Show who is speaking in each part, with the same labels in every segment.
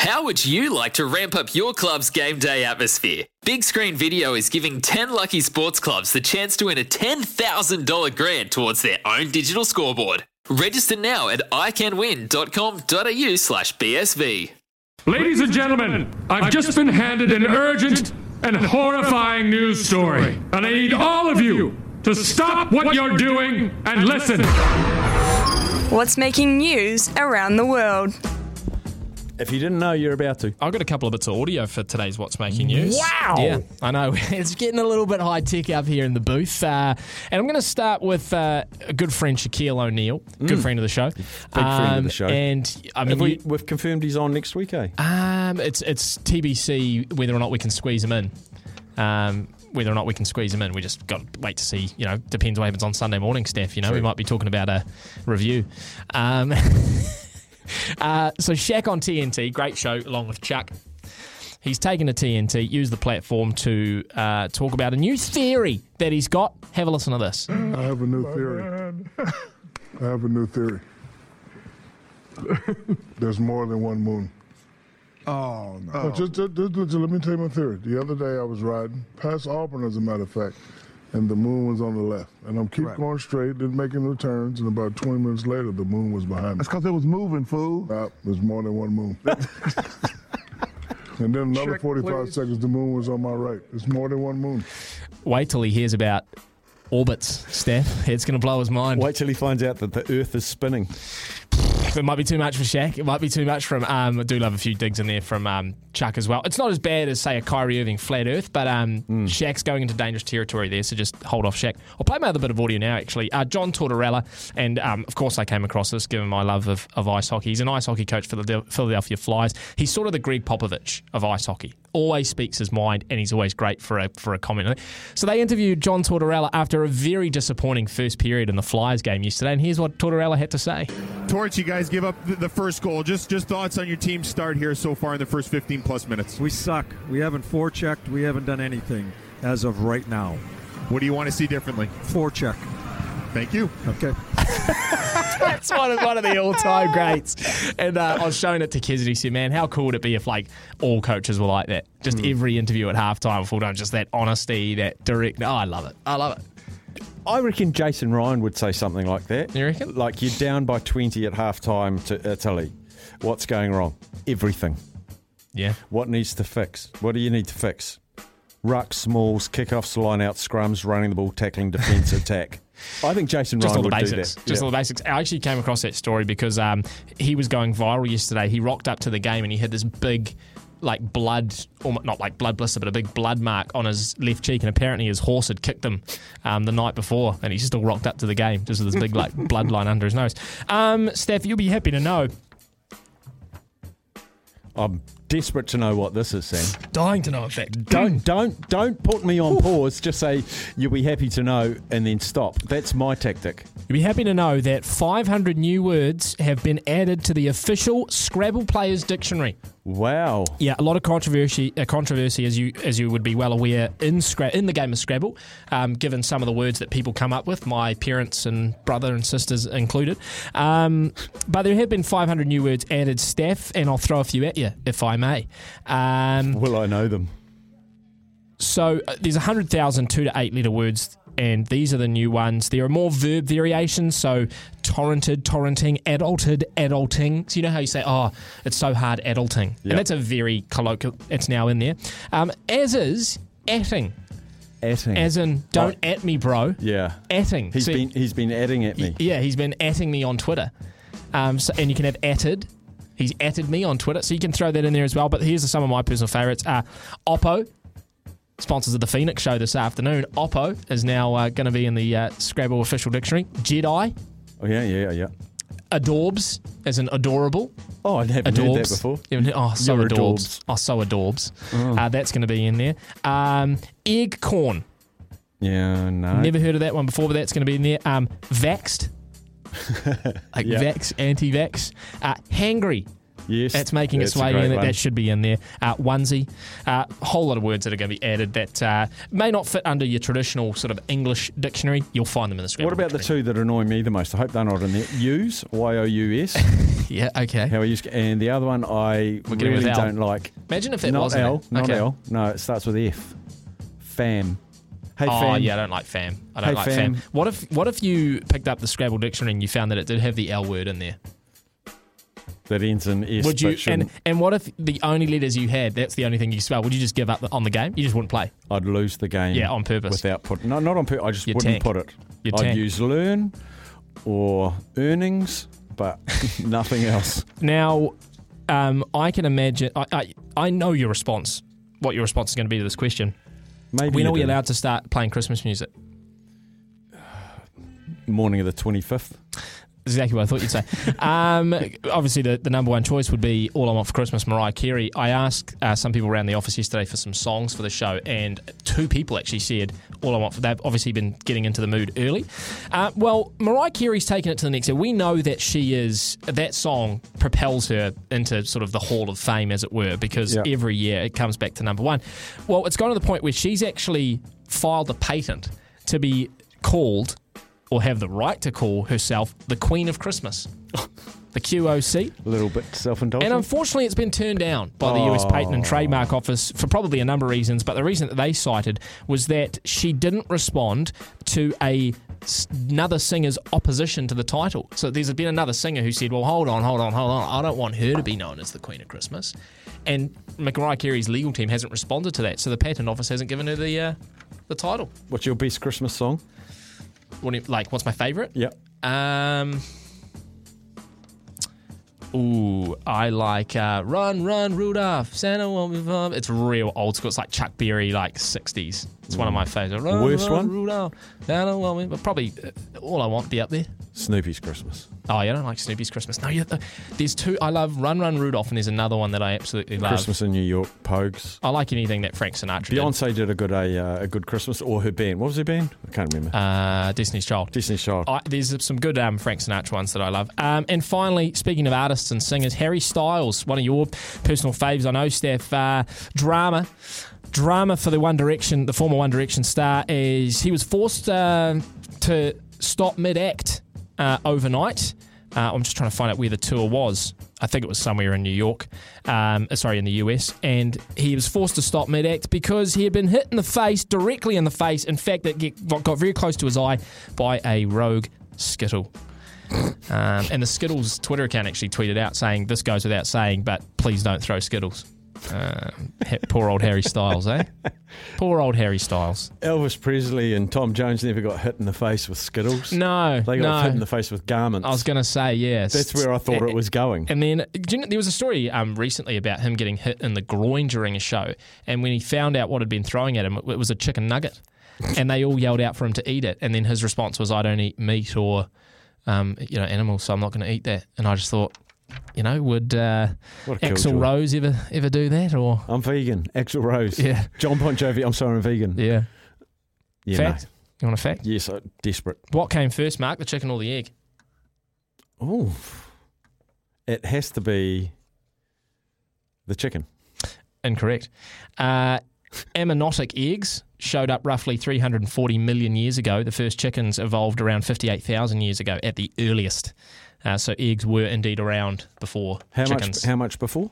Speaker 1: How would you like to ramp up your club's game day atmosphere? Big Screen Video is giving 10 lucky sports clubs the chance to win a $10,000 grant towards their own digital scoreboard. Register now at iCanWin.com.au slash BSV.
Speaker 2: Ladies and gentlemen, I've just been handed an urgent and horrifying news story, and I need all of you to stop what you're doing and listen.
Speaker 3: What's making news around the world?
Speaker 4: If you didn't know, you're about to.
Speaker 5: I've got a couple of bits of audio for today's What's Making News. Wow! Yeah, I know. It's getting a little bit high tech up here in the booth. Uh, and I'm going to start with uh, a good friend, Shaquille O'Neal, good friend of the show. Big
Speaker 4: Mm. friend of the show.
Speaker 5: And I mean,
Speaker 4: Have we,
Speaker 5: you-
Speaker 4: we've confirmed he's on next week, eh?
Speaker 5: um, it's, it's TBC whether or not we can squeeze him in. Um, whether or not we can squeeze him in, we just got to wait to see. You know, depends what happens on Sunday morning, Steph. You know, we might be talking about a review. Um, Uh, so Shaq on TNT, great show along with Chuck. He's taken to TNT, used the platform to uh, talk about a new theory that he's got. Have a listen to this.
Speaker 6: I have a new theory. I have a new theory. There's more than one moon. Oh, no. just, just- just- just let me tell you my theory. The other day I was riding past Auburn, as a matter of fact, and the moon was on the left. And I'm keep going straight, then making the turns, and about 20 minutes later, the moon was behind me.
Speaker 7: That's because it was moving, fool.
Speaker 6: Nah, there's more than one moon. and then another
Speaker 7: Check,
Speaker 6: 45
Speaker 7: please.
Speaker 6: seconds, the moon was on my right. There's more than one moon.
Speaker 5: Wait till he hears about orbits, Steph. It's going to blow his mind.
Speaker 4: Wait till he finds out that the Earth is spinning.
Speaker 5: It might be too much for Shaq. It might be too much from. Um, I do love a few digs in there from um, Chuck as well. It's not as bad as say a Kyrie Irving flat Earth, but um, Shaq's going into dangerous territory there. So just hold off, Shaq. I'll play my other bit of audio now. Actually, uh, John Tortorella, and um, of course I came across this given my love of, of ice hockey. He's an ice hockey coach for the Del- Philadelphia Flyers. He's sort of the Greg Popovich of ice hockey. Always speaks his mind, and he's always great for a for a comment. So they interviewed John Tortorella after a very disappointing first period in the Flyers game yesterday, and here's what Tortorella had to say.
Speaker 8: Torch, you guys give up th- the first goal. Just just thoughts on your team's start here so far in the first 15 plus minutes.
Speaker 9: We suck. We haven't forechecked. We haven't done anything as of right now.
Speaker 8: What do you want to see differently?
Speaker 9: Forecheck.
Speaker 8: Thank you.
Speaker 9: Okay.
Speaker 5: It's one of one of the all time greats. And uh, I was showing it to Kiz and he said, Man, how cool would it be if like all coaches were like that? Just every interview at halftime, full time, just that honesty, that direct. Oh, I love it. I love it.
Speaker 4: I reckon Jason Ryan would say something like that.
Speaker 5: You reckon?
Speaker 4: Like you're down by 20 at half time to Italy. What's going wrong? Everything.
Speaker 5: Yeah.
Speaker 4: What needs to fix? What do you need to fix? Ruck, smalls, kickoffs, line out, scrums, running the ball, tackling, defence, attack. I think Jason
Speaker 5: Just
Speaker 4: Ryan
Speaker 5: all the
Speaker 4: would
Speaker 5: basics.
Speaker 4: do that.
Speaker 5: Just all the basics. I actually came across that story because um, he was going viral yesterday. He rocked up to the game and he had this big, like blood, almo- not like blood blister, but a big blood mark on his left cheek. And apparently his horse had kicked him um, the night before, and he still rocked up to the game just with this big like blood line under his nose. Um, Steph, you'll be happy to know.
Speaker 4: I'm desperate to know what this is, Sam.
Speaker 5: Dying to know, in fact.
Speaker 4: Don't, don't, don't put me on pause. Just say you'll be happy to know, and then stop. That's my tactic.
Speaker 5: You'll be happy to know that 500 new words have been added to the official Scrabble Players Dictionary.
Speaker 4: Wow.
Speaker 5: Yeah, a lot of controversy, uh, controversy as you as you would be well aware in Scra- in the game of Scrabble, um, given some of the words that people come up with, my parents and brother and sisters included. Um, but there have been 500 new words added, Steph, and I'll throw a few at you if I may. Um,
Speaker 4: Will I know them?
Speaker 5: so uh, there's 100,000 two to eight letter words, and these are the new ones. There are more verb variations, so torrented, torrenting, adulted, adulting. So you know how you say, oh, it's so hard adulting.
Speaker 4: Yeah.
Speaker 5: And that's a very colloquial, it's now in there. Um, as is atting,
Speaker 4: Atting.
Speaker 5: as in don't at me, bro.
Speaker 4: yeah.
Speaker 5: Atting.
Speaker 4: He's
Speaker 5: So-
Speaker 4: been he's been adding at me.
Speaker 5: yeah, he's been atting me on Twitter. Um, so, and you can have atted. He's atted me on Twitter, so you can throw that in there as well. But here's some of my personal favourites. Uh, Oppo, sponsors of the Phoenix Show this afternoon. Oppo is now uh, going to be in the uh, Scrabble official dictionary. Jedi,
Speaker 4: Oh yeah, yeah, yeah.
Speaker 5: adorbs, as in adorable.
Speaker 4: Oh, I never heard that
Speaker 5: Adorbs.
Speaker 4: before.
Speaker 5: You haven't heard- Oh, so
Speaker 4: You're
Speaker 5: adorbs.
Speaker 4: adorbs. Oh.
Speaker 5: Oh, so adorbs. Uh, that's going to be in there. Um, egg corn.
Speaker 4: Yeah, no.
Speaker 5: Never heard of that one before, but that's going to be in there. Um, vaxed. like
Speaker 4: Yeah.
Speaker 5: vax, anti-vax. Uh, hangry.
Speaker 4: Yes,
Speaker 5: That's making its
Speaker 4: a
Speaker 5: way
Speaker 4: great
Speaker 5: in. That-
Speaker 4: one.
Speaker 5: That should be in there. Uh, onesie. A whole lot of words that are going to be added that uh, may not fit under your traditional sort of English dictionary. You'll find them in the Scrabble
Speaker 4: What about the
Speaker 5: dictionary.
Speaker 4: two that annoy me the most? I hope they're not in there. Use Y O U S.
Speaker 5: Yeah, okay.
Speaker 4: How I use and the other one I
Speaker 5: We're getting
Speaker 4: really
Speaker 5: with L.
Speaker 4: don't like.
Speaker 5: Imagine if it
Speaker 4: not
Speaker 5: wasn't.
Speaker 4: L,
Speaker 5: it.
Speaker 4: not
Speaker 5: Okay.
Speaker 4: L. No, it starts with F. Fam. Hey,
Speaker 5: Oh
Speaker 4: fam.
Speaker 5: yeah, I don't like fam. I don't
Speaker 4: Hey,
Speaker 5: like fam.
Speaker 4: fam.
Speaker 5: What if what if you picked up the Scrabble dictionary and you found that it did have the L word in there?
Speaker 4: That ends in S.
Speaker 5: Would you
Speaker 4: but
Speaker 5: and
Speaker 4: shouldn't.
Speaker 5: and what if the only letters you had, that's the only thing you spelled? Would you just give up on the game? You just wouldn't play.
Speaker 4: I'd lose the game.
Speaker 5: Yeah, on purpose.
Speaker 4: Without putting. No, not on purpose. I just
Speaker 5: You'd
Speaker 4: wouldn't
Speaker 5: tank.
Speaker 4: put it.
Speaker 5: You'd
Speaker 4: I'd
Speaker 5: tank.
Speaker 4: use learn or earnings, but nothing else.
Speaker 5: Now, um, I can imagine. I, I I know your response. What your response is going to be to this question?
Speaker 4: Maybe
Speaker 5: When
Speaker 4: you
Speaker 5: are we
Speaker 4: do.
Speaker 5: allowed to start playing Christmas music?
Speaker 4: Morning of the 25th.
Speaker 5: Exactly what I thought you'd say. um, obviously, the, the number one choice would be All I Want for Christmas, Mariah Carey. I asked uh, some people around the office yesterday for some songs for the show, and two people actually said All I Want for They've obviously been getting into the mood early. Uh, well, Mariah Carey's taken it to the next level. We know that she is, that song propels her into sort of the Hall of Fame, as it were, because
Speaker 4: Yeah.
Speaker 5: every year it comes back to number one. Well, it's gone to the point where she's actually filed a patent to be called or have the right to call herself the Queen of Christmas, the QOC.
Speaker 4: A little bit self
Speaker 5: And
Speaker 4: indulgent.
Speaker 5: unfortunately, it's been turned down by the US Patent and Trademark Office for probably a number of reasons. But the reason that they cited was that she didn't respond to a s- another singer's opposition to the title. So there's been another singer who said, "Well, hold on, hold on, hold on. I don't want her to be known as the Queen of Christmas." And McRae Carey's legal team hasn't responded to that, so the Patent Office hasn't given her the uh, the title.
Speaker 4: What's your best Christmas song?
Speaker 5: What do you- like, what's my favourite?
Speaker 4: Yep.
Speaker 5: Um. Ooh, I like uh, Run, Run, Rudolph, Santa won't be far. It's real old school. It's like Chuck Berry, like 60s. It's one of my favorites. Run,
Speaker 4: Mm. Worst
Speaker 5: run,
Speaker 4: one?
Speaker 5: Rudolph, Santa won't be far. Probably uh, All I Want be up there.
Speaker 4: Snoopy's Christmas.
Speaker 5: Oh, yeah, I don't like Snoopy's Christmas. No, you, uh, there's two. I love Run, Run, Rudolph, and there's another one that I absolutely love.
Speaker 4: Christmas in New York, Pogues.
Speaker 5: I like anything that Frank Sinatra did.
Speaker 4: Beyonce did a good a, uh, a good Christmas, or her band. What was her band? I can't remember.
Speaker 5: Uh, Disney's Child.
Speaker 4: Disney Child.
Speaker 5: I, there's some good um, Frank Sinatra ones that I love. Um, and finally, speaking of artists and singers, Harry Styles, one of your personal faves, I know, Steph. Uh, drama, drama for the One Direction, the former One Direction star, is he was forced uh, to stop mid-act uh, overnight. Uh, I'm just trying to find out where the tour was. I think it was somewhere in New York, um, uh, sorry, in the US. And he was forced to stop mid act because he had been hit in the face, directly in the face. In fact, it get, got- got very close to his eye by a rogue Skittle. Um, and the Skittles Twitter account actually tweeted out saying, This goes without saying, but please don't throw Skittles. Um, he- poor old Harry Styles, eh? Poor old Harry Styles.
Speaker 4: Elvis Presley and Tom Jones never got hit in the face with Skittles.
Speaker 5: No,
Speaker 4: They got
Speaker 5: no.
Speaker 4: hit in the face with garments.
Speaker 5: I was going to say, yes.
Speaker 4: That's where I thought it was going.
Speaker 5: And then do you know, there was a story um, recently about him getting hit in the groin during a show. And when he found out what had been throwing at him, it was a chicken nugget. and they all yelled out for him to eat it. And then his response was, I don't eat meat or, um, you know, animals, so I'm not going to eat that. And I just thought, you know, would uh,
Speaker 4: What a
Speaker 5: Axel
Speaker 4: killjoy.
Speaker 5: Rose ever ever do that? Or,
Speaker 4: I'm vegan. Axel Rose.
Speaker 5: Yeah.
Speaker 4: John Bon Jovi. I'm sorry, I'm vegan.
Speaker 5: yeah.
Speaker 4: Yeah,
Speaker 5: fact? You want a fact?
Speaker 4: no. Yes, I, desperate.
Speaker 5: What came first, Mark, the chicken or the egg?
Speaker 4: Oh, it has to be the chicken.
Speaker 5: Incorrect. Uh, aminotic eggs showed up roughly 340 million years ago. The first chickens evolved around 58,000 years ago at the earliest. Uh, so eggs were indeed around before
Speaker 4: How
Speaker 5: chickens.
Speaker 4: much? How much before?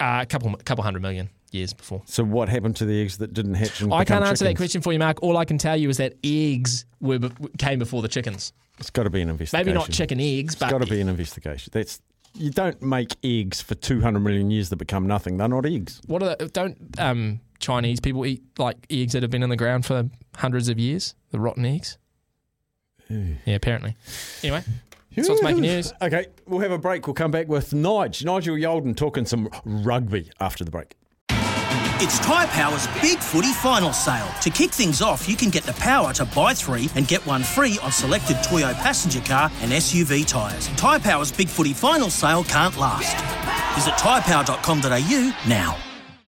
Speaker 5: uh, a couple, couple hundred million years before.
Speaker 4: So what happened to the eggs that didn't hatch? And
Speaker 5: I
Speaker 4: become
Speaker 5: can't answer that
Speaker 4: chickens?
Speaker 5: question for you, Mark. All I can tell you is that eggs were be- came before the chickens.
Speaker 4: It's got to be an investigation.
Speaker 5: Maybe not chicken eggs,
Speaker 4: It's
Speaker 5: but
Speaker 4: got to be an investigation. That's you don't make eggs for 200 million years that become nothing. They're not eggs.
Speaker 5: what are the, don't um, Chinese people eat like eggs that have been in the ground for hundreds of years? The rotten eggs. Yeah, apparently. Anyway, that's what's making news.
Speaker 4: Okay, we'll have a break. We'll come back with Nige, Nigel Yolden talking some rugby after the break.
Speaker 7: It's Tyre Power's Big Footy Final Sale. To kick things off, you can get the power to buy three and get one free on selected Toyo passenger car and SUV tyres. Tyre Power's Big Footy Final Sale can't last. Visit tyrepower.com.au now.